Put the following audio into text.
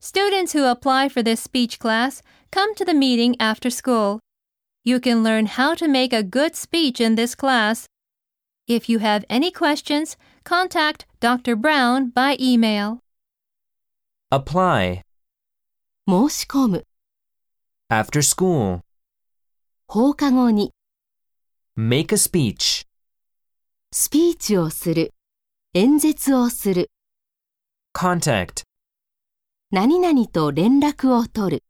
Students who apply for this speech class come to the meeting after school. You can learn how to make a good speech in this class. If you have any questions, contact Dr. Brown by email. Apply. 申し込む、 After school. 放課後に、 Make a speech. スピーチをする、演説をする、 Contact. 何々と連絡を取る。